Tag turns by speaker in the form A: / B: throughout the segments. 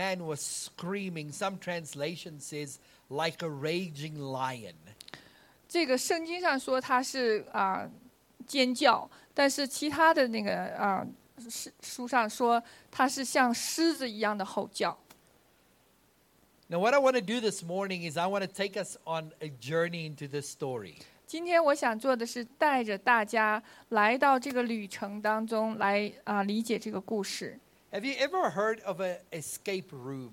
A: man was screaming. Some translation says, like a raging lion.
B: 这个圣经上说他是啊、尖叫，但是其他的那个啊、是书上说他是像狮子一样的吼叫。
A: Now, what I want to do this morning is I want to take us on a journey into this story.
B: 今天我想做的是带着大家来到这个旅程当中来啊、理解这个故事。
A: Have you ever heard of an escape room?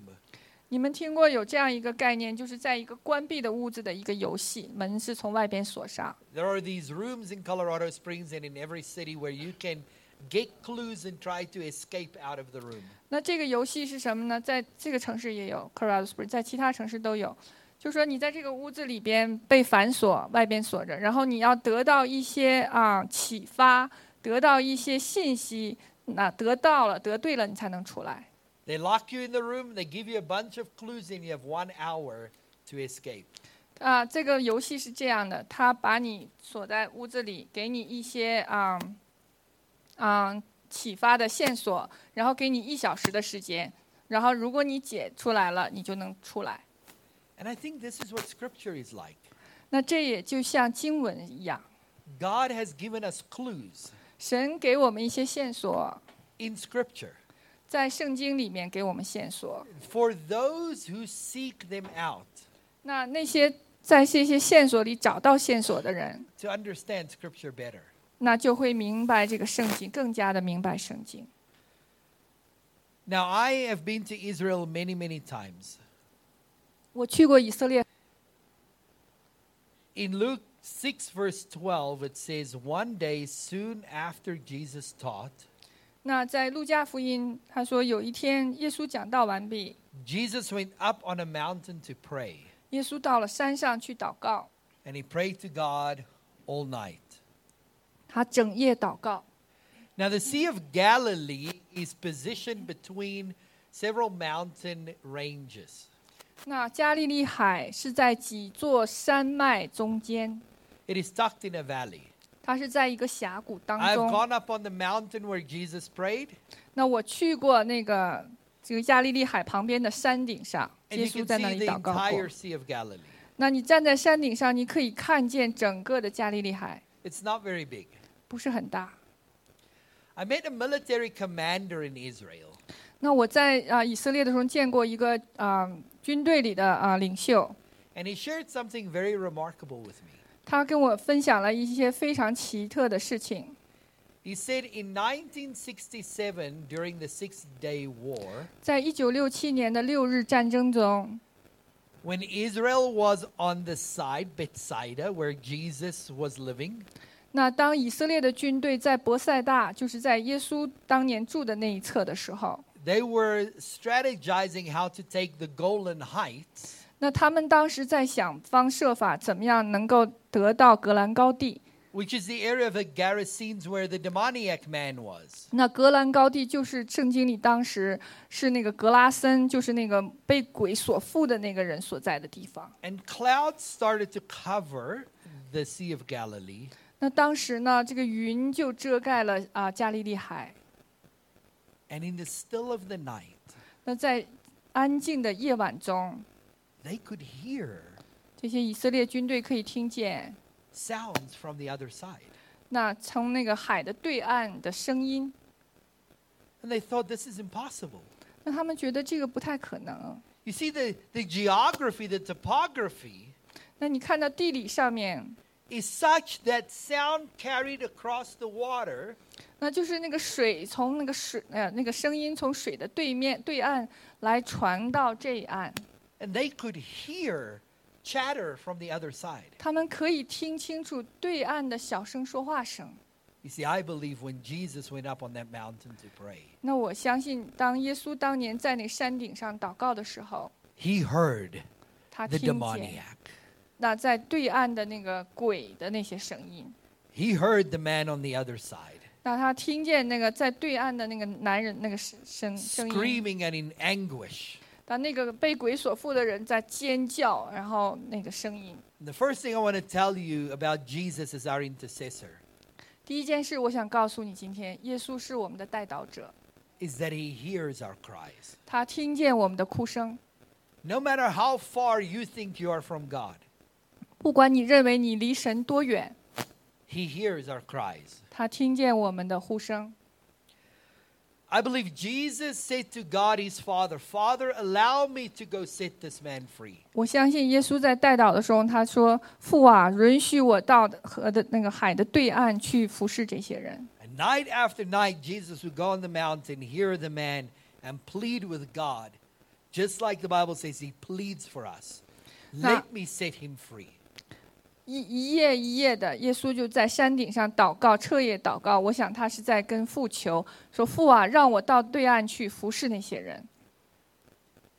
B: 你们听过有这样一个概念，就是在一个关闭的屋子的一个游戏，门是从外边锁上。
A: There are these rooms in Colorado Springs and in every city where you can get clues and try to escape out of the room.
B: 那这个游戏是什么呢？在这个城市也有，Colorado Springs，在其他城市都有。就说你在这个屋子里边被反锁，外边锁着，然后你要得到一些啊、启发，得到一些信息，那得到了，得对了，你才能出来。
A: They lock you in the room, they give you a bunch of clues, and you have one hour to escape.
B: 啊，这个游戏是这样的，他把你锁在屋子里，给你一些啊啊、启发的线索，然后给你一小时的时间，然后如果你解出来了，你就能出来。
A: And I think this is what scripture is like.
B: 那这也就像经文一样，
A: God has given us clues
B: 神给我们一些线索，
A: in scripture
B: 在圣经里面给我们线索。
A: for those who seek them out
B: 那那些在这些线索里找到线索的人，
A: to understand scripture better.
B: 那就会明白这个圣经，更加的明白圣经。
A: Now, I have been to Israel many, many times.
B: 我去过以色列
A: In Luke 6, verse 12, it says, One day soon after Jesus taught,
B: 那在路加福音，他说有一天耶稣讲道完毕，
A: Jesus went up on a mountain to pray,
B: 耶稣到了山上去祷告，
A: and he prayed to God all night.
B: 他整夜祷告。
A: Now, the Sea of Galilee is positioned between several mountain ranges.
B: 那加利利海是在几座山脉中间，
A: It is tucked in a valley.
B: 它是在一个峡谷当
A: I've
B: 中。
A: gone up on the mountain where Jesus prayed,
B: 那我去过那个这个加利利海旁边的山顶上，
A: and
B: 耶
A: you
B: 稣
A: can
B: 在那
A: see
B: 里
A: the
B: 祷告过
A: entire。Sea of Galilee.
B: 那你站在山顶上，你可以看见整个的加利利海，
A: It's not very big.
B: 不是很大。
A: I met a military commander in Israel.
B: 那我在啊、以色列的时候见过一个啊、军队里的啊、领袖，
A: And he shared something very remarkable with me.
B: 他跟我分享了一些非常奇特的事情。
A: He said in 1967, during the Six Day War,
B: 在一九六七年的六日战争中，
A: when Israel was on the side, Bethsaida, where Jesus was living,
B: 那当以色列的军队在博塞大，就是在耶稣当年住的那一侧的时候，
A: they were strategizing how to take the Golan Heights,
B: 那他们当时在想方设法，怎么样能够得到格兰高地。
A: which is the area of the Gerasenes where the demoniac man was.
B: 那格兰高地就是圣经里当时是那个格拉森，就是那个被鬼所附的那个人所在的地方。
A: And clouds started to cover the Sea of Galilee.
B: 那当时呢，这个云就遮盖了啊、加利利海。
A: And in the still of the night,
B: 那在安静的夜晚中，
A: they could hear
B: 这些以色列军队可以听见
A: sounds from the other side.
B: 那从那个海的对岸的声音。
A: And they thought this is impossible.
B: 那他们觉得这个不太可能。
A: You see, the, the geography, the topography
B: 那你看到地理上面，
A: is such that sound carried across the water
B: 那就是那个水从那个水呃那个声音从水的对面对岸来传到这一岸，
A: and they could hear chatter from the other side.
B: 他们可以听清楚对岸的小声说话声。
A: You see, I believe when Jesus went up on that mountain to pray,
B: 那我相信，当耶稣当年在那山顶上祷告的时候，
A: he heard
B: 他
A: the
B: 听见
A: demoniac.
B: 那在对岸的那个鬼的那些声音，
A: He heard the man on the other side
B: 那他听见那个在对岸的那个男人那个声声声音，
A: screaming and in anguish.
B: 当那个被鬼所附的人在尖叫，然后那个声音。
A: The first thing I want to tell you about Jesus as our intercessor
B: 第一件事，我想告诉你，今天耶稣是我们的代祷者。
A: is that He hears our cries.
B: 他听见我们的哭声。
A: No matter how far you think you are from God,
B: 不管你认为你离神多远，
A: He hears our cries.
B: 他听见我们的呼声。
A: I believe Jesus said to God, His Father, Father, allow me to go set this man free.
B: 我相信耶稣在带导的时候，他说：“父啊，允许我到河的那个海的对岸去服侍这些人。
A: And night after night, Jesus would go on the mountain, hear the man, and plead with God. Just like the Bible says, He pleads for us. Let me set him free.
B: 一”一夜一夜的，耶稣就在山顶上祷告，彻夜祷告。我想他是在跟父求，说：“父啊，让我到对岸去服侍那些人。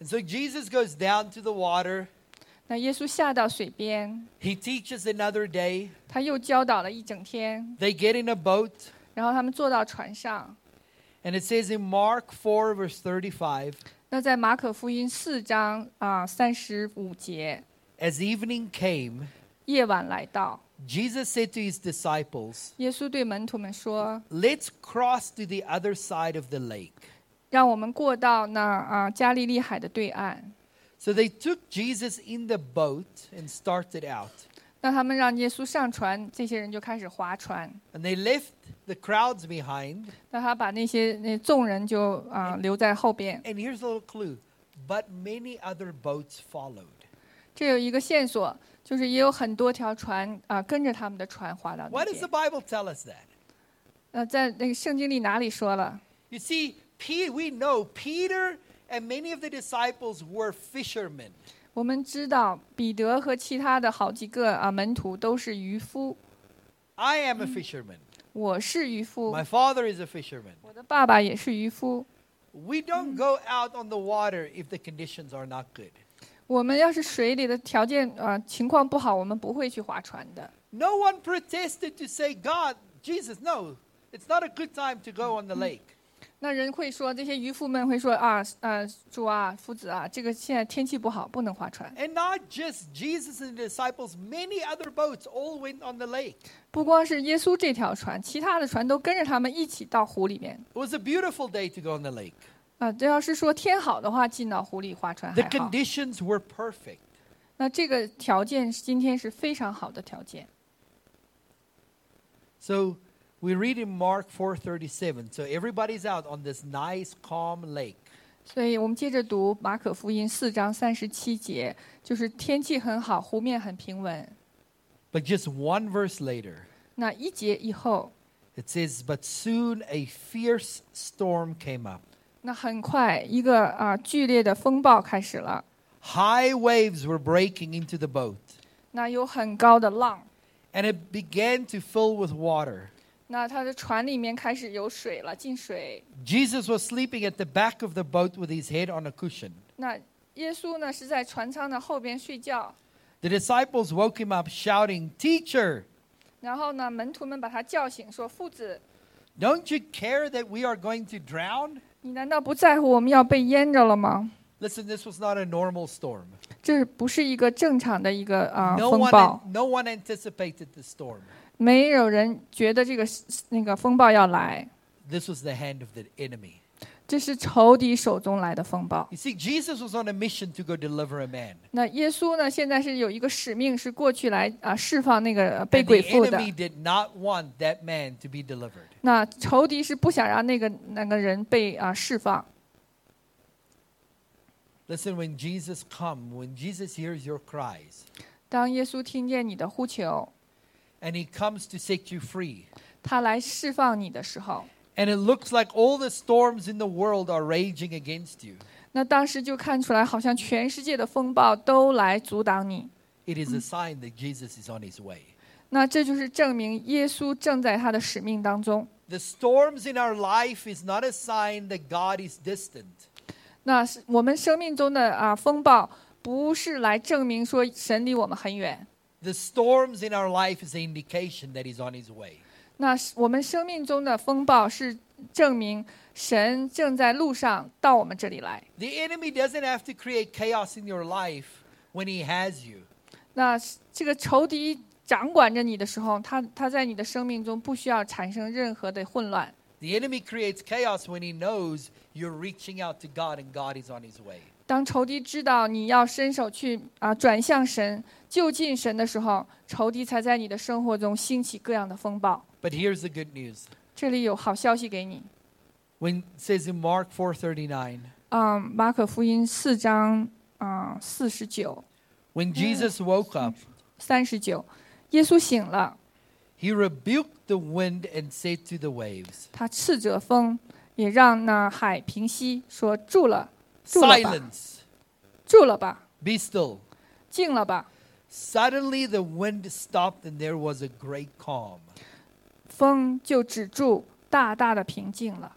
A: And so Jesus goes down to the water. ”
B: 那耶稣下到水边，
A: He teaches another day.
B: 他又教导了一整天，
A: They get in a boat.
B: 然后他们坐到船上。
A: And it says in Mark 4, verse 35,
B: 那在马可福音四章啊三十五节，
A: as evening came,
B: 夜晚来到，
A: Jesus said to his disciples,
B: 耶稣对门徒们说
A: Let's cross to the other side of the lake.：“
B: 让我们过到那啊加利利海的对岸。
A: So they took Jesus in the boat and started out. ”
B: 那他们让耶稣上船，这些人就开始划船。
A: And they left the crowds behind.
B: 那他把那些那众人就啊、留在后边。
A: And here's a little clue but many other boats followed.
B: 这有一个线索，就是也有很多条船啊、跟着他们的船划到那
A: Why does
B: 边
A: the。Bible tell us that?
B: 那在那个圣经里哪里说了？
A: You see, Pe- we know Peter and many of the disciples were fishermen.
B: 我们知道彼得和其他的好几个啊、门徒都是渔夫，
A: I am a fisherman.
B: 我是渔夫
A: My，father is a fisherman.
B: 我的爸爸也是渔夫。
A: We don't go out on the water if the conditions are not good.
B: 我们要是水里的条件啊、呃情况不好，我们不会去划船的。
A: No one protested to say, God, Jesus, no, it's not a good time to go on the lake.
B: 那人会说，这些渔夫们会说啊，呃，主啊，夫子啊，这个现在天气不好，不能划船。
A: And not just Jesus and the disciples, many other boats all went on the lake.
B: 不光是耶稣这条船，其他的船都跟着他们一起到湖里面。
A: It was a beautiful day to go on the lake.
B: 啊，这要是说天好的话，进到湖里划船
A: The
B: 还好。
A: conditions were perfect.
B: 那这个条件是今天是非常好的条件。
A: So we read in Mark 4:37. So everybody's out on this nice calm lake.
B: 所以我们接着读马可福音四章三十七节，就是天气很好，湖面很平稳。
A: But just one verse later,
B: 那一节以后，
A: it says, "But soon a fierce storm came up.
B: 那很快，一个啊、剧烈的风暴开始了。
A: High waves were breaking into the boat,
B: 那有很高的浪，
A: and it began to fill with water.
B: 那他的船里面开始有水了，进水。
A: Jesus was sleeping at the back of the boat with his head on a cushion.
B: 那耶稣呢是在船舱的后边睡觉，
A: The disciples woke him up, shouting, "Teacher,
B: 然后呢门徒们把他叫醒，说：“父子，
A: don't you care that we are going to drown?"
B: 你难道不在乎我们要被淹着了吗
A: Listen, this was not a normal storm.？”
B: 这不是一个正常的一个啊、
A: no
B: 风
A: one,
B: 暴，
A: no one anticipated the storm.
B: 没有人觉得这个那个风暴要来，
A: This was the hand of the enemy.
B: 这是仇敌手中来的风暴。
A: You see, Jesus was on a mission to go deliver a man.
B: 那耶稣呢？现在是有一个使命，是过去来啊、释放那个、呃被
A: And the
B: 鬼附的
A: enemy。did not want that man to be delivered.
B: 那仇敌是不想让那个那个人被啊、释放。
A: Listen, when Jesus come, when Jesus hears your cries,
B: 当耶稣听见你的呼求，
A: and he comes to set you free,
B: 他来释放你的时候，
A: and it looks like all the storms in the world are raging against you,
B: 那当时就看出来，好像全世界的风暴都来阻挡你。
A: it is a sign that Jesus is on his way.
B: 那这就是证明耶稣正在他的使命当中。
A: The storms in our life is not a sign that God is distant.
B: 那是我们生命中的啊风暴，不是来证明说神离我们很远。
A: The storms in our life is an indication that he's on his way.
B: 那是我们生命中的风暴是证明神正在路上到我们这里来。
A: The enemy doesn't have to create chaos in your life when he has you.
B: 那是这个仇敌掌管着你的时候，他他在你的生命中不需要产生任何的混乱。
A: The enemy creates chaos when he knows you're reaching out to God and God is on his way.
B: 当仇敌知道你要伸手去啊转向神、就近神的时候，仇敌才在你的生活中兴起各样的风暴。
A: But here's the good news.
B: 这里有好消息给你，
A: When it says in Mark 4:39,
B: 嗯，马可福音四章啊四十九
A: when Jesus woke up,
B: 三十九，耶稣醒了，
A: he rebuked the wind and said to the waves,
B: 他斥责风，也让那海平息，说住了，住了吧，
A: "Silence,
B: 住了吧，
A: be still."
B: 静了吧。
A: Suddenly the wind stopped and there was a great calm.
B: 风就止住，大大的平静了。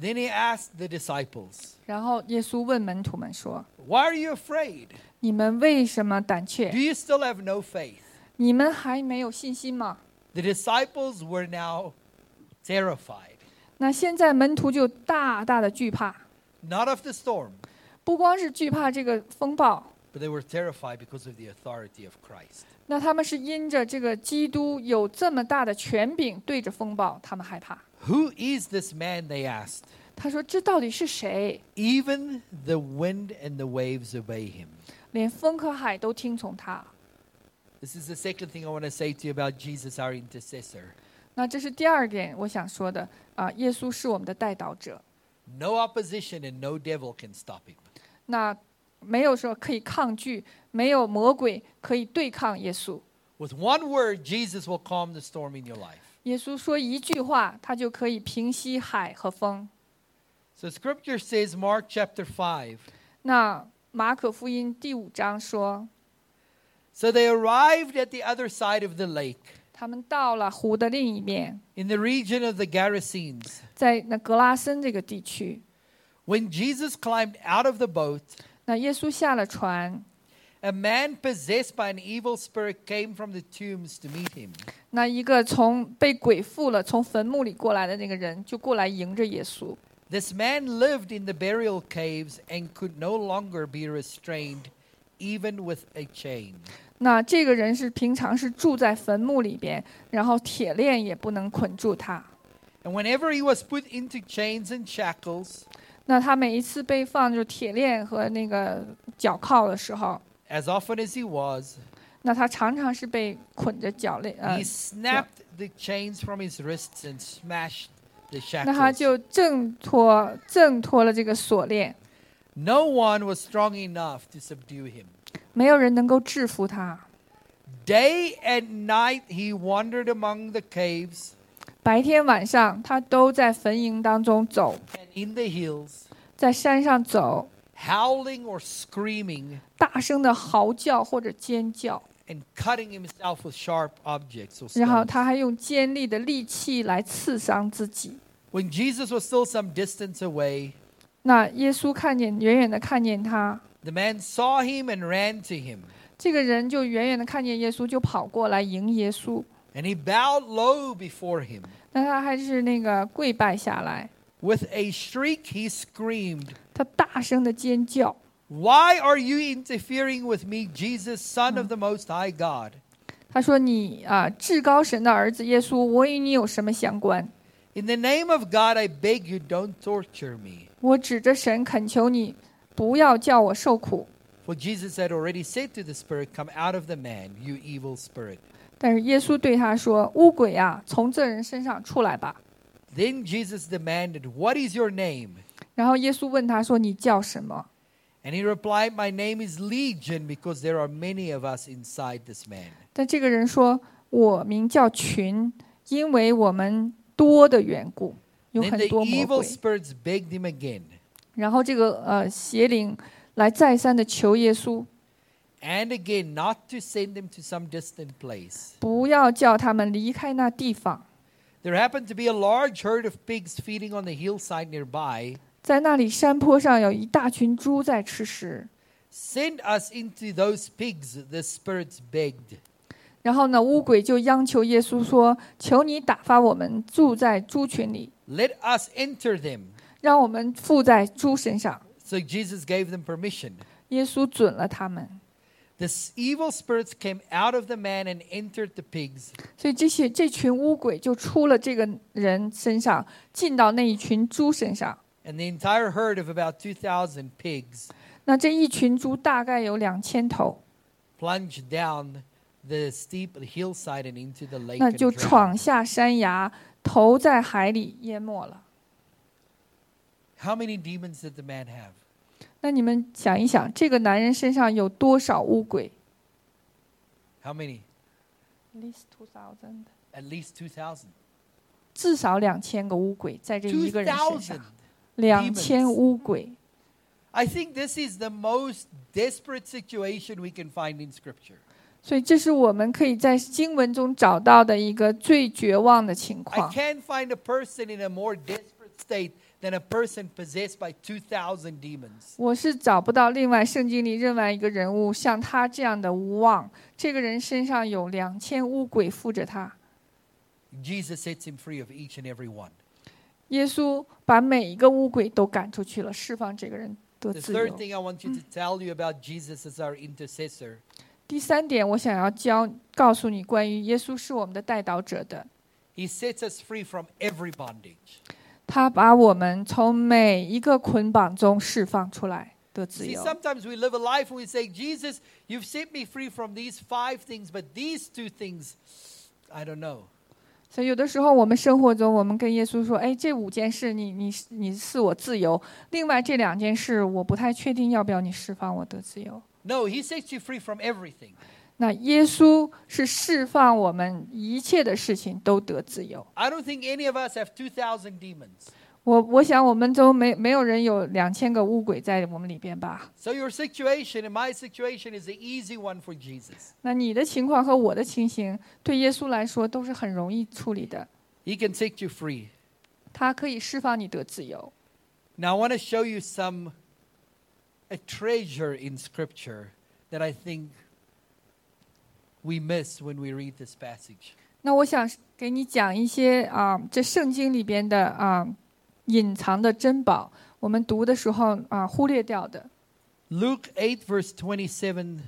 A: Then he asked the disciples,
B: 然后耶稣问门徒们说
A: "Why are you afraid?
B: 你们为什么胆怯
A: Do？you still have no faith?"
B: 你们还没有信心吗？
A: The disciples were now terrified,
B: 那现在门徒就大大的惧怕，
A: not of the storm,
B: 不光是惧怕这个风暴，
A: but they were terrified because of the authority of Christ.
B: 那他们是因着这个基督有这么大的权柄对着风暴，他们害怕。
A: Who is this man? They asked.
B: 他说：“这到底是谁？
A: Even the wind and the waves obey him.
B: 连风和海都听从他。
A: This is the second thing I want to say to you about Jesus, our intercessor. ”
B: 那这是第二点我想说的啊、耶稣是我们的代导者。
A: No opposition and no devil can stop him.
B: 那没有说可以抗拒，没有魔鬼可以对抗耶稣。
A: With one word, Jesus will calm the storm in your life.
B: 耶稣说一句话，他就可以平息海和风。
A: So scripture says, Mark chapter 5.
B: 那马可福音第五章说，
A: So they arrived at the other side of the lake,
B: 他们到了湖的另一面，
A: in the region of the Gerasenes.
B: 在那格拉森这个地区。
A: When Jesus climbed out of the boat,
B: 那耶稣下了船，
A: a man possessed by an evil spirit came from the tombs to meet him.
B: 那一个从被鬼附了、从坟墓里过来的那个人就过来迎着耶稣。
A: This man lived in the burial caves and could no longer be restrained, even with a chain.
B: 那这个人是平常是住在坟墓里边，然后铁链也不能捆住他。
A: And whenever he was put into chains and shackles,
B: 那他每一次被放就是铁链和那个脚铐的时候，
A: as often as he was,
B: 那他常常是被捆着脚链，呃
A: he，snapped the chains from his wrists and smashed the
B: 那他
A: shackles.
B: 就挣脱挣脱了这个锁链，
A: No one was strong enough to subdue him.
B: 没有人能够制服他。
A: Day and night he wandered among the caves
B: 白天晚上，他都在坟茔当中走，
A: and in the hills,
B: 在山上走，
A: howling or screaming
B: 大声的嚎叫或者尖叫，
A: and cutting himself with sharp objects or
B: 然后
A: stones.
B: 他还用尖利的利器来刺伤自己。
A: When Jesus was still some distance away,
B: 那耶稣看见，远远的看见他，
A: the man saw him and ran to him.
B: 这个人就远远的看见耶稣，就跑过来迎耶稣。
A: And he bowed low before him.
B: 那他还是那个跪拜下来，
A: With a shriek, he screamed,
B: 他大声的尖叫
A: Why are you interfering with me, Jesus, Son of the Most High God?
B: 他说：“你啊，至高神的儿子耶稣，我与你有什么相关？
A: In the name of God, I beg you, don't torture me.
B: 我指着神恳求你，不要叫我受苦。
A: For Jesus had already said to the spirit, Come out of the man, you evil spirit. ”
B: 但是耶稣对他说：“乌鬼啊，从这人身上出来吧。
A: Then Jesus demanded, What is your name? ”
B: 然后耶稣问他说：“你叫什么
A: And he replied, My name is Legion, because there are many of us inside this man.？”
B: 但这个人说：“我名叫群，因为我们多的缘故，有
A: Then
B: 很
A: the
B: 多魔
A: evil
B: 鬼。
A: spirits begged him again, ”
B: 然后这个呃邪灵来再三的求耶稣，
A: and again, not to send him to some distant place.
B: 不要叫他们离开那地方。
A: There happened to be a large herd of pigs feeding on the hillside nearby.
B: 在那里山坡上有一大群猪在吃食。
A: Send us into those pigs, the spirits begged.
B: 然后呢，乌鬼就央求耶稣说：“求你打发我们住在猪群里，
A: Let us enter them.
B: 让我们附在猪身上。
A: So Jesus gave them permission. ”
B: 耶稣准了他们。
A: The s- evil spirits came out of the man and entered the pigs.
B: 所以这些这群乌鬼就出了这个人身上，进到那一群猪身上。
A: And the entire herd of about 2,000 pigs
B: 那这一群猪大概有两千头，
A: plunged down the steep hillside and into the lake.
B: 那
A: and
B: 就
A: drowned.
B: 闯下山崖，头在海里淹没了。
A: How many demons did the man have?
B: 那你们想一想，这个男人身上有多少乌鬼
A: How many?
B: ？At least two thousand，
A: At least 2,000.
B: 至少两千个乌鬼在这一个人身上
A: 2,000.，
B: 两千乌鬼。
A: I think this is the most desperate situation we can find in Scripture.
B: 所以这是我们可以在经文中找到的一个最绝望的情
A: I
B: 况。
A: can't find a person in a more desperate state than a person possessed by 2,000 demons.
B: 我是找不到另外圣经里另外一个人物像他这样的无望。这个人身上有两千乌鬼附着他。
A: Jesus sets him free of each and every one.
B: 耶稣把每一个乌鬼都赶出去了，释放这个人得
A: The
B: 自
A: third
B: 由。
A: thing I want you to tell you about Jesus as our intercessor
B: 第三点，我想要教告诉你关于耶稣是我们的代导者的，
A: He sets us free from every bondage.
B: 他把我们从每一个捆绑中释放出来，得自
A: See,
B: 由。
A: sometimes we live a life and we say, Jesus, you've set me free from these five things, but these two things, I don't know.
B: 所以有的时候我们生活中，我们跟耶稣说：“哎，这五件事你，你你赐我自由；另外这两件事，我不太确定要不要你释放我得自由。
A: No, He sets you free from everything. ”
B: 那耶稣是释放我们一切的事情都得自由。
A: I don't think any of us have 2,000 demons.
B: 我我想我们中没没有人有两千个乌鬼在我们里边吧？
A: So your situation and my situation is the easy one for Jesus.
B: 那你的情况和我的情形，对耶稣来说都是很容易处理的。
A: He can set you free.
B: 他可以释放你得自由。
A: Now I want to show you some a treasure in scripture that I think we miss when we read this passage.
B: 那我想给你讲一些啊，这圣经里边的啊隐藏的珍宝，我们读的时候啊忽略掉的。
A: Luke 8 verse 27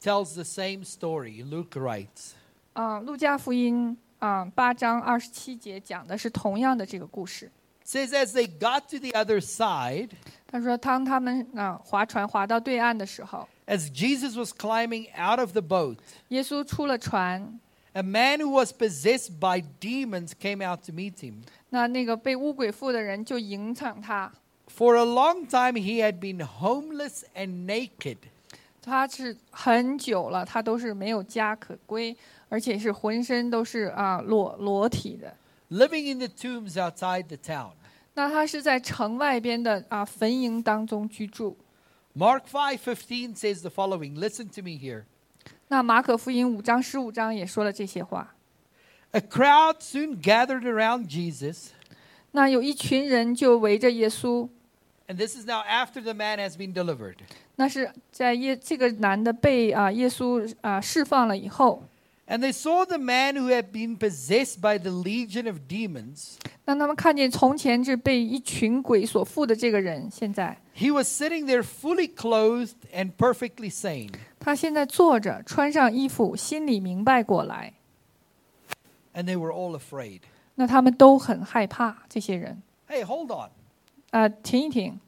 A: tells the same story. Luke writes,
B: 啊，路加福音啊八章二十七节讲的是同样的这个故事。
A: it says as they got to the other side,
B: 他说，当他们啊划船划到对岸的时候，
A: as Jesus was climbing out of the boat,
B: 耶稣出了船，
A: a man who was possessed by demons came out to meet him.
B: 那那个被乌鬼附的人就迎上他。
A: For a long time he had been homeless and naked.
B: 他是很久了，他都是没有家可归，而且是浑身都是啊裸裸体的。
A: living in the tombs outside the town.
B: 那他是在城外边的啊坟营当中居住。
A: Mark 5:15 says the following, listen to me here.
B: 那马可福音五章十五章也说了这些话。
A: A crowd soon gathered around Jesus,
B: 那有一群人就围着耶稣，
A: and this is now after the man has been delivered.
B: 那是在耶这个男的被啊耶稣啊释放了以后，
A: And they saw the man who had been possessed by the legion of demons.
B: 让他们看见从前是被一群鬼所附的这个人，现在
A: He was sitting there fully clothed and perfectly sane.
B: 他现在坐着，穿上衣服，心里明白过来。
A: And they were all afraid.
B: 那他们都很害怕，这些人
A: Hey, hold on.
B: 啊、停一停，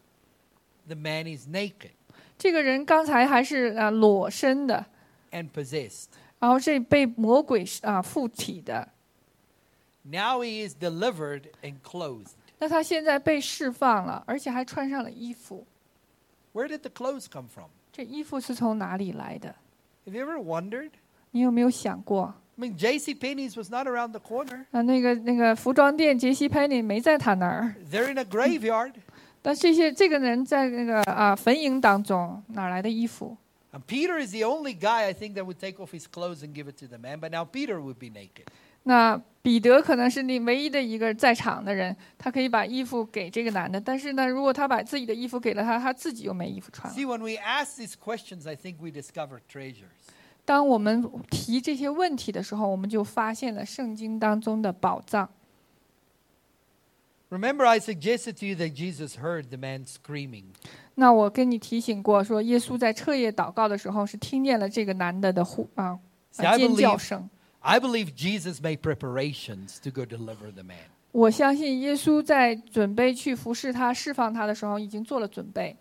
A: The man is naked
B: 这个人刚才还是啊、裸身的，
A: and possessed.
B: 然后是被魔鬼啊附体的。
A: Now he is delivered and clothed.
B: 那他现在被释放了，而且还穿上了衣服。
A: Where did the clothes come from?
B: 这衣服是从哪里来的？
A: Have you ever wondered?
B: 你有没有想过？
A: I mean, J.C. Penney's was not around the corner.
B: 啊，那个那个服装店杰西·潘尼没在他那儿，
A: They're in a graveyard.
B: 但这些这个人在那个啊坟营当中哪来的衣服？
A: And Peter is the only guy I think that would take off his clothes and give it to the man. But now Peter would be naked.
B: 那彼得可能是你唯一的一个在场的人，他可以把衣服给这个男的，但是呢，如果他把自己的衣服给了他，他自己又没衣服穿了。
A: See, when we ask these questions, I think we discover treasures.
B: 当我们提这些问题的时候，我们就发现了圣经当中的宝藏。
A: Remember, I suggested to you that Jesus heard the man screaming.
B: 那我跟你提醒过，说耶稣在彻夜祷告的时候是听见了这个男的的呼啊
A: See, I
B: 尖叫
A: believe,
B: 声。
A: I believe Jesus made preparations to go deliver the man.
B: 我相信耶稣在准备去服侍他、释放他的时候，已经做了准备。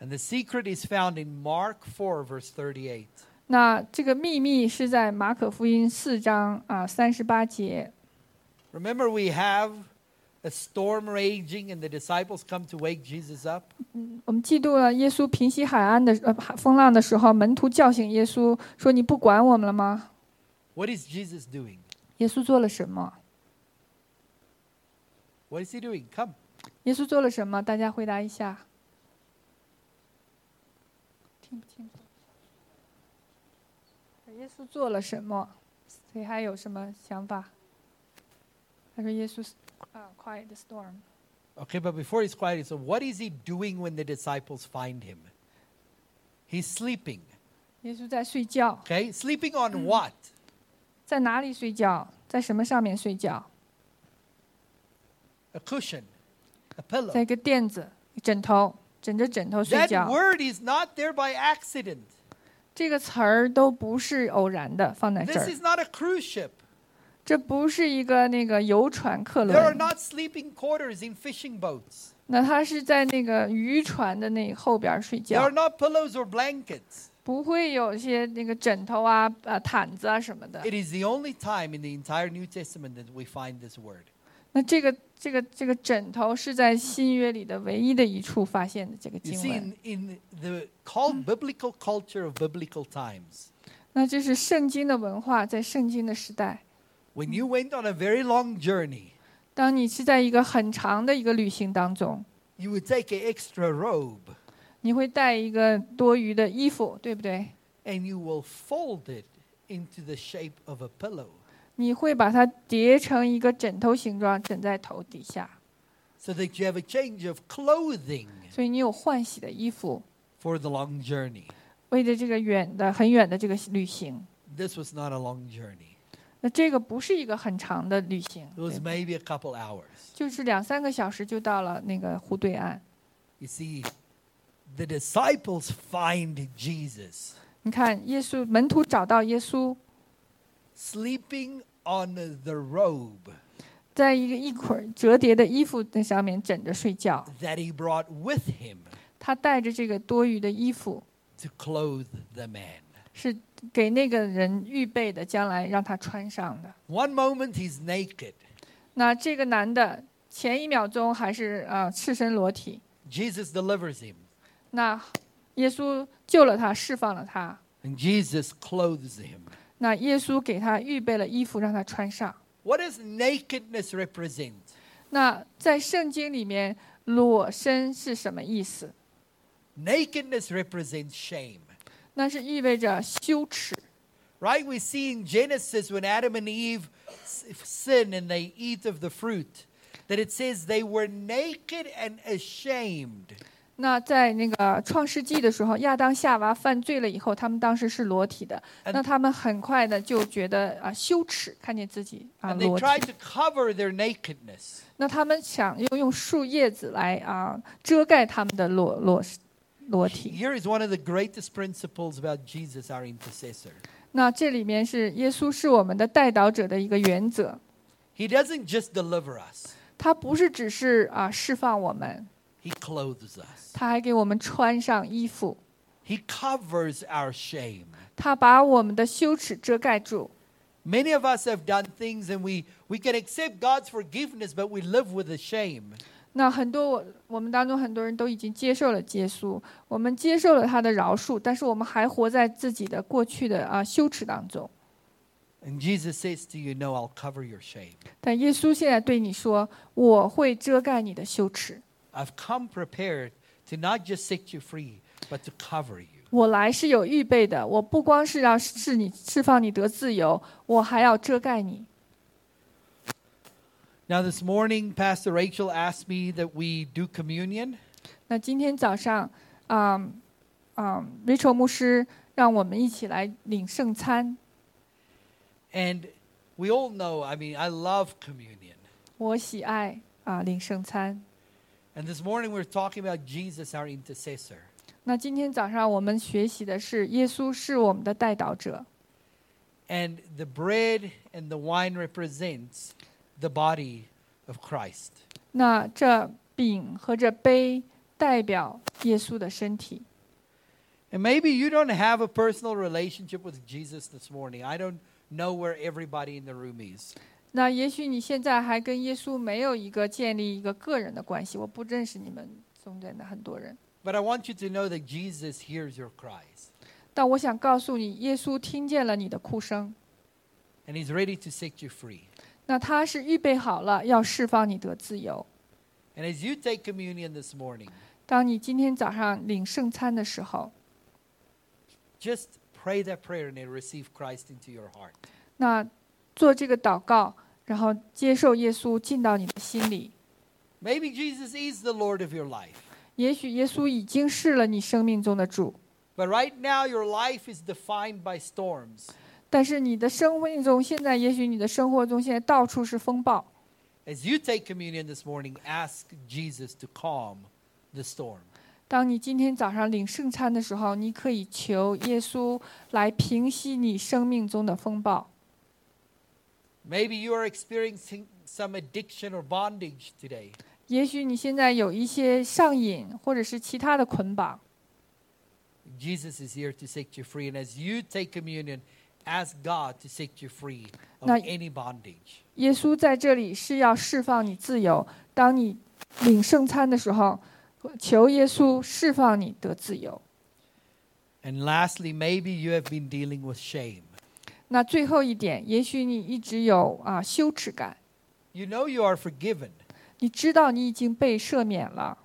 A: And the secret is found in Mark 4, verse 38.
B: 那这个秘密是在马可福音四章啊三十八节。
A: Remember, we have a storm raging, and the disciples come to wake Jesus up.
B: 我们记录了耶稣平息海岸的呃海风浪的时候，门徒叫醒耶稣说：“你不管我们了吗
A: What is Jesus doing?？”
B: 耶稣做了什么？
A: What is he doing? Come.
B: 耶稣做了什么？大家回答一下。听不清楚？耶稣做了什么？谁还有什么想法？他说：“耶稣是啊，quiet the storm。
A: Okay, but before he's quiet, so what is he doing when the disciples find him? He's sleeping. ”
B: 耶稣在睡觉，
A: Okay, sleeping on what?
B: 在哪里睡觉？在什么上面睡觉？
A: A cushion, a pillow.
B: 在一个垫子、枕头，枕着枕头睡
A: That
B: 觉。
A: word is not there by accident.
B: 这个词儿都不是偶然的，放在这
A: This
B: 儿，
A: is not a cruise ship.
B: 这不是一个那个游船客
A: There are
B: 轮，
A: not sleeping quarters in fishing boats.
B: 那他是在那个渔船的那后边儿睡
A: There
B: 觉
A: are，not pillows or blankets.
B: 不会有一些那个枕头啊、啊毯子啊什么的
A: It。is the only time in the entire New Testament that we find this word.
B: 那这个这个这个枕头是在新约里的唯一的一处发现的这个
A: You
B: 经
A: see,
B: 文。
A: in, in the called biblical culture of biblical times,
B: 那这是圣经的文化，在圣经的时代，
A: when you went on a very long journey,
B: 当你是在一个很长的一个旅行当中，
A: you would take an extra robe
B: 你会带一个多余的衣服，对不对？
A: and you will fold it into the shape of a pillow
B: 你会把它叠成一个枕头形状，枕在头底下，
A: so that you have a change of clothing
B: 所以你有换洗的衣服，
A: for the long journey.
B: 为着这个远的、很远的这个旅行。
A: This was not a long journey,
B: 那这个不是一个很长的旅行，
A: it was
B: 对
A: maybe a couple hours.
B: 就是两三个小时就到了那个湖对岸。
A: You see, the disciples find Jesus
B: 你看，耶稣门徒找到耶稣，
A: sleeping on the robe
B: 在一个一捆折叠的衣服那上面枕着睡觉，
A: that he brought with him
B: 他带着这个多余的衣服，
A: to clothe the man.
B: 是给那个人预备的，将来让他穿上的。
A: One moment he's naked.
B: 那这个男的前一秒钟还是呃赤身裸体，
A: Jesus delivers him,
B: 那耶稣救了他，释放了他。
A: and Jesus clothes him.
B: 那耶稣给他预备了衣服，让他穿上。
A: What does nakedness represent?
B: 那在圣经里面，裸身是什么意思？
A: Nakedness represents shame.
B: 那是意味着羞耻。
A: Right? We see in Genesis when Adam and Eve s- sin and they eat of the fruit, that it says they were naked and ashamed.
B: 那在那个创世纪的时候，亚当夏娃犯罪了以后，他们当时是裸体的，
A: 嗯
B: 那他们很快的就觉得啊羞耻，看见自己啊
A: And they
B: 裸体。
A: tried to cover their nakedness.
B: 那他们想要用树叶子来啊遮盖他们的裸裸裸体。
A: Here is one of the greatest principles about Jesus, our intercessor.
B: 那这里面是耶稣是我们的代导者的一个原则，
A: He doesn't just deliver us,
B: 他不是只是啊释放我们，
A: He clothes us,
B: 他还给我们穿上衣服，
A: He covers our shame.
B: 他把我们的羞耻遮盖住。
A: Many of us have done things and we, we can accept God's forgiveness, but we live with the shame.
B: 那很多我我们当中很多人都已经接受了耶稣，我们接受了他的饶恕，但是我们还活在自己的过去的啊羞耻当中。
A: And Jesus says to you, No, I'll cover your shame.
B: 但耶稣现在对你说：“我会遮盖你的羞耻，
A: I've come prepared to not just set you free, but to cover you.
B: 我来是有预备的。我不光是要是你释放你得自由，我还要遮盖你。
A: Now, this morning, Pastor Rachel asked me that we do communion. ”
B: 那今天早上，啊、啊、r a c h e l 牧师让我们一起来领圣餐。
A: And we all know, I mean, I love communion.
B: 我喜爱啊、领圣餐。
A: And this morning we're talking about Jesus, our intercessor.
B: 那今天早上我们学习的是耶稣是我们的代祷者，
A: And the bread and the wine represents the body of Christ.
B: 那这饼和这杯代表耶稣的身体。
A: And maybe you don't have a personal relationship with Jesus this morning. I don't know where everybody in the room is.
B: 那也许你现在还跟耶稣没有一个建立一个个人的关系，我不认识你们中间的很多人，
A: But I want you to know that Jesus hears your cries
B: 但我想告诉你，耶稣听见了你的哭声，
A: and he's ready to set you free.
B: 那他是预备好了要释放你得自由。
A: And as you take communion this morning,
B: 当你今天早上领圣餐的时候，
A: just pray that prayer and receive Christ into your heart.
B: 那做这个祷告，然后接受耶稣进到你的心里。
A: Maybe Jesus is the Lord of your life.
B: 也许耶稣已经是了你生命中的主，
A: But right now, your life is defined by storms.
B: 但是你的生命中现在，也许你的生活中现在到处是风暴。
A: As you take communion this morning, ask Jesus to calm the storm.
B: 当你今天早上领圣餐的时候，你可以求耶稣来平息你生命中的风暴。
A: Maybe you are experiencing some addiction or bondage today.
B: 也许你现在有一些上瘾，或者是其他的捆绑。
A: Jesus is here to set you free. And as you take communion, ask God to set you free of
B: Now-
A: any bondage.
B: 耶稣在这里是要释放你自由。当你领圣餐的时候，求耶稣释放你得自由。
A: And lastly, maybe you have been dealing with shame.
B: 那最后一点，也许你一直有啊羞耻感，
A: You know you are forgiven,
B: 你知道你已经被赦免了，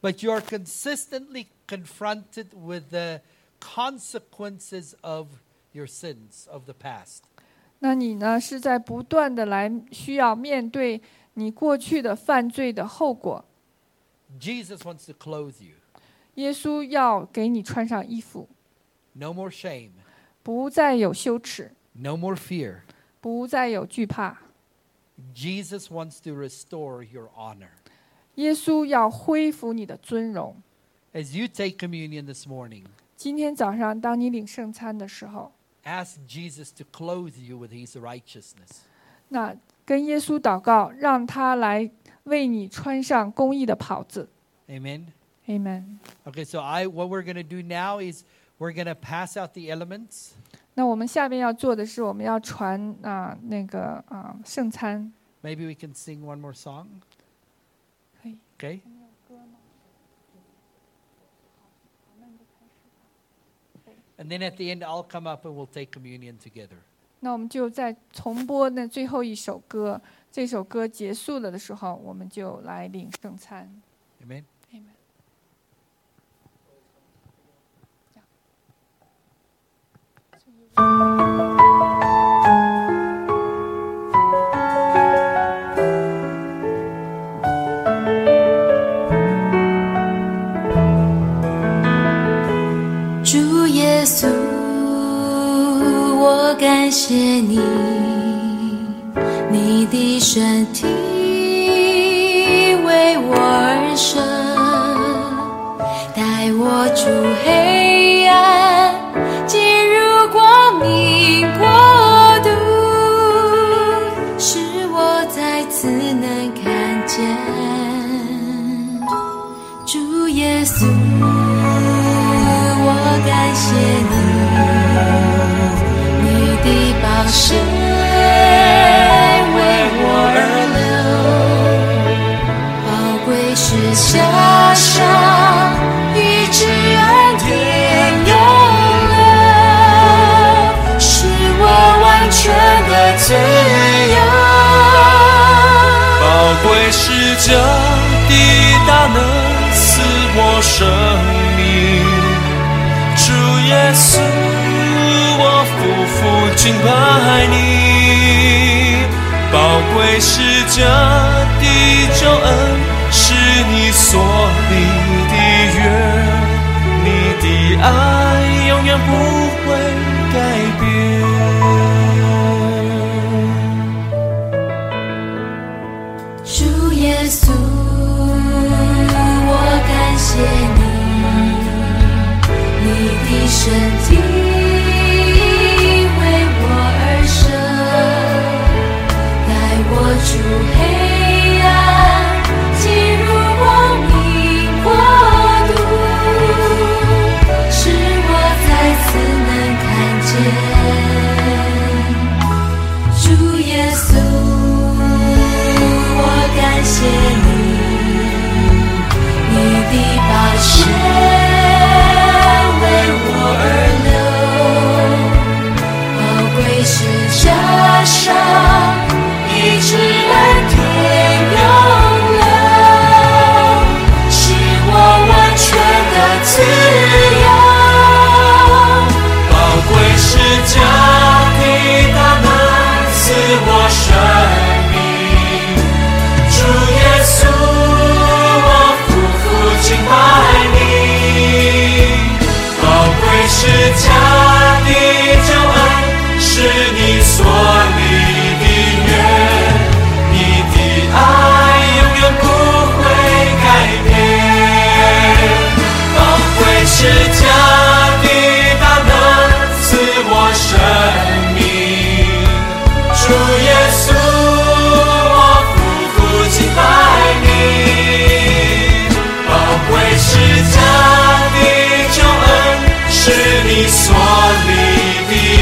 A: but you are consistently confronted with the consequences of your sins of the past.
B: 那你呢是在不断的来需要面对你过去的犯罪的后果。
A: Jesus wants to clothe you.
B: 耶稣要给你穿上衣服，
A: No more shame,
B: 不再有羞耻，
A: no more fear.
B: 不再有惧怕。
A: Jesus wants to restore your honor.
B: 耶稣要恢复你的尊荣。
A: As you take communion this morning,
B: 今天早上，当你领圣餐的时候，
A: ask Jesus to clothe you with his righteousness.
B: 那跟耶稣祷告，让他来为你穿上公义的袍子。
A: Amen.
B: Amen。
A: Okay, so I what we're going to do now is we're going to pass out the elements.
B: 那我们下边要做的是，我们要传啊、那个啊、圣餐。
A: Maybe we can sing one more song.
B: 可
A: Okay?
B: 以
A: And then at the end I'll come up and we'll take communion together.
B: 那我们就再重播那最后一首歌，这首歌结束了的时候，我们就来领圣餐。
A: Amen.
B: Amen.
C: Amen 主耶稣，我感谢你，你的身体为我而生，带我出黑暗，进入光明国度，使我再次能看见。主耶稣，我感谢你，你的宝血为我而流，宝贵是下上一直恩典永流，使我完全的自由。
D: 宝贵是家的大能赐我生命，主耶稣，我夫妇敬拜你。宝贵是家的救恩，是你所立的约，你的爱永远不会改变。
C: 主耶稣，身体为我而生，带我逐黑暗，进入光明国度，使我再次能看见主耶稣，我感谢你。你的宝血为我而流，宝贵是加上一直恩典永流，使我完全的自由。
D: 宝贵是家的大能赐我生命，主耶稣，我匍匐敬拜你。宝贵是家的救恩，是你所立的约，你的爱永远不会改变。宝贵是家的大能赐我生命，主耶稣，我匍匐敬拜你。宝贵是家的救恩，是你所立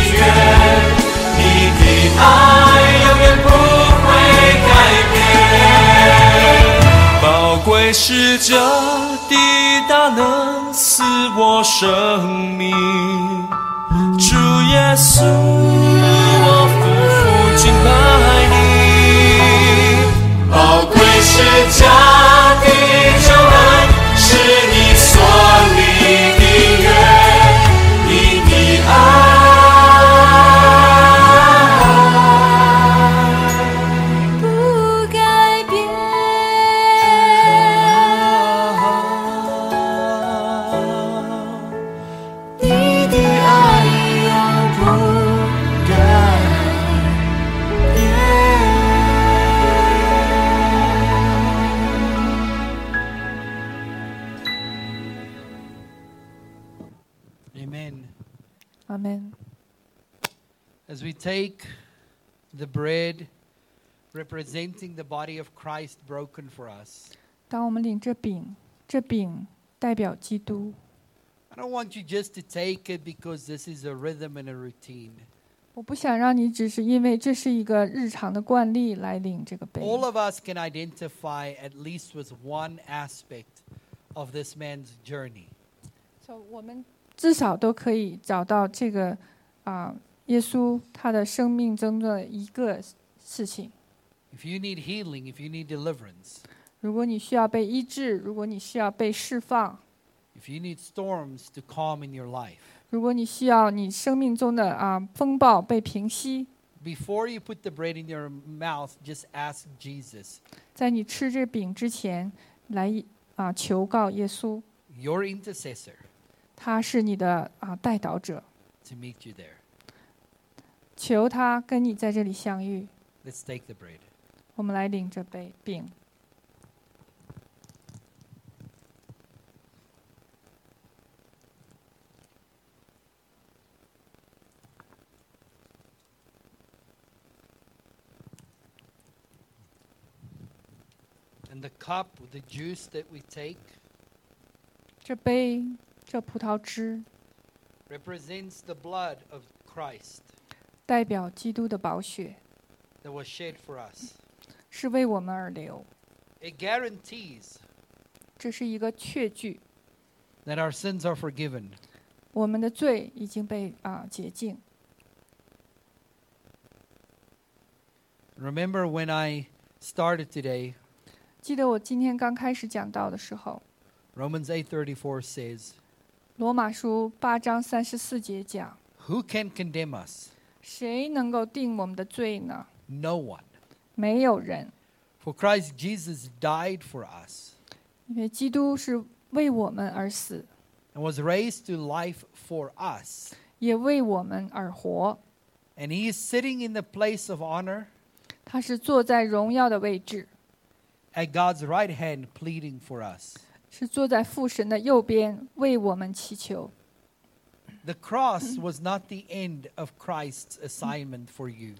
D: 的约，你的爱永远不会改变。宝贵是家的大能赐我生命，主耶稣，我夫妇敬拜你。宝贵是家的救恩，是你所立的约，你的爱。
C: 不改变。你的爱永不改变。
A: Amen.
B: 阿门。
A: As we take the bread representing the body of Christ broken for us,
B: 当我们领这饼，这饼代表基督。
A: I don't want you just to take it because this is a rhythm and a routine.
B: 我不想让你只是因为这是一个日常的惯例来领这个杯。
A: All of us can identify at least with one aspect of this man's journey.
B: So, 我们至少都可以找到这个啊、耶稣他的生命中的一个事情。
A: If you need healing, if you need deliverance,
B: 如果你需要被医治，如果你需要被释放，
A: if you need storms to calm in your life,
B: 如果你需要你生命中的啊、风暴被平息，
A: before you put the bread in your mouth, just ask Jesus.
B: 在你吃这饼之前，来啊、求告耶稣，
A: your intercessor
B: 他是你的啊、代祷者，
A: to meet you there.
B: 求他跟你在这里相遇。
A: Let's take the bread.
B: 我们来领这杯饼。
A: And the cup with the juice that we take
B: 这杯，这葡萄汁，
A: represents the blood of Christ
B: 代表基督的宝血，
A: that was shed for us.
B: 是为我们而流。
A: It guarantees
B: 这是一个确据，
A: that our sins are forgiven.
B: 我们的罪已经被啊、洁净。
A: Remember when I started today,
B: 记得我今天刚开始讲到的时候，
A: Romans 8:34 says,
B: 罗马书八章三十四节讲：
A: "Who can condemn us?
B: 谁能够定我们的罪呢？
A: No one.
B: 没有人，
A: For Christ Jesus died for us
B: 因为基督是为我们而死，
A: and was raised to life for us,
B: 也为我们而活。
A: and he is sitting in the place of honor
B: 他是坐在荣耀的位置，
A: at God's right hand pleading for us.
B: 是坐在父神的右边为我们祈求。
A: The cross was not the end of Christ's assignment for you.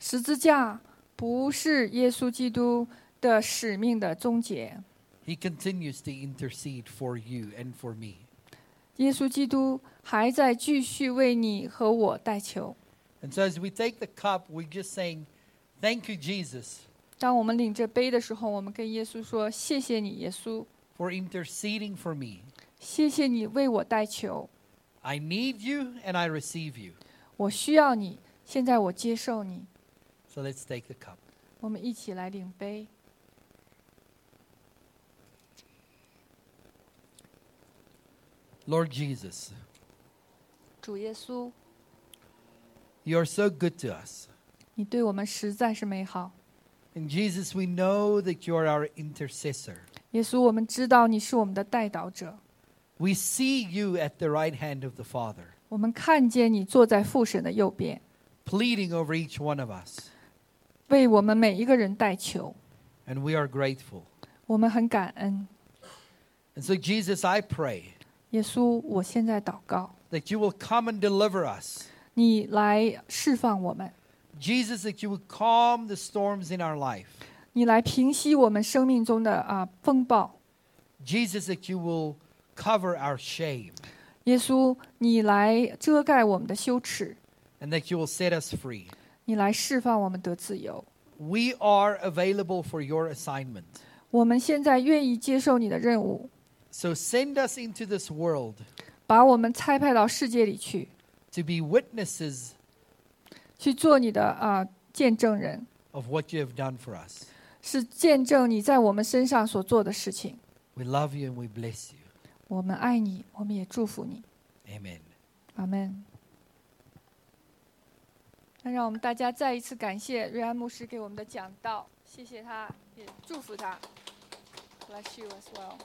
B: 十字架不是耶稣基督的使命的终结，
A: He continues to intercede for you and for me.
B: 耶稣基督还在继续为你和我代求。
A: And so as we take the cup, we're just saying, Thank you, Jesus,
B: 当我们领着杯的时候，我们跟耶稣说：“谢谢你，耶稣，
A: for interceding for me.
B: 谢谢你为我代求，
A: I need you and I receive you.
B: 我需要你，现在我接受你。
A: So let's take the cup. ”
B: 我们一起来领杯。
A: Lord Jesus,
B: 主耶稣，
A: you are so good to us.
B: 你对我们实在是美好。
A: And Jesus, we know that you are our intercessor.
B: 耶稣，我们知道你是我们的代导者，
A: We see you at the right hand of the Father,
B: 我们看见你坐在父神的右边，
A: pleading over each one of us.
B: 为我们每一个人代求。
A: And we are grateful.
B: 我们很感恩。
A: And so, Jesus, I pray
B: 耶稣，我现在祷告，
A: that you will come and deliver us.
B: 你来释放我们，
A: Jesus, that you will calm the storms in our life.
B: 你来平息我们生命中的啊风暴。
A: Jesus, that you will cover our shame
B: 耶稣，你来遮盖我们的羞耻，
A: and that you will set us free.
B: 你来释放我们得自由。
A: We are available for your assignment.
B: 我们现在愿意接受你的任务，
A: So send us into this world
B: 把我们差派到世界里去，
A: to be witnesses
B: 去做你的啊见证人，
A: of what you have done for us.
B: 是见证你在我们身上所做的事情。
A: We love you and we bless you.
B: 我们爱你，我们也祝福你，
A: Amen.
B: 阿门。那让我们大家再一次感谢瑞安牧师给我们的讲道，谢谢他，也祝福他。Bless you as well.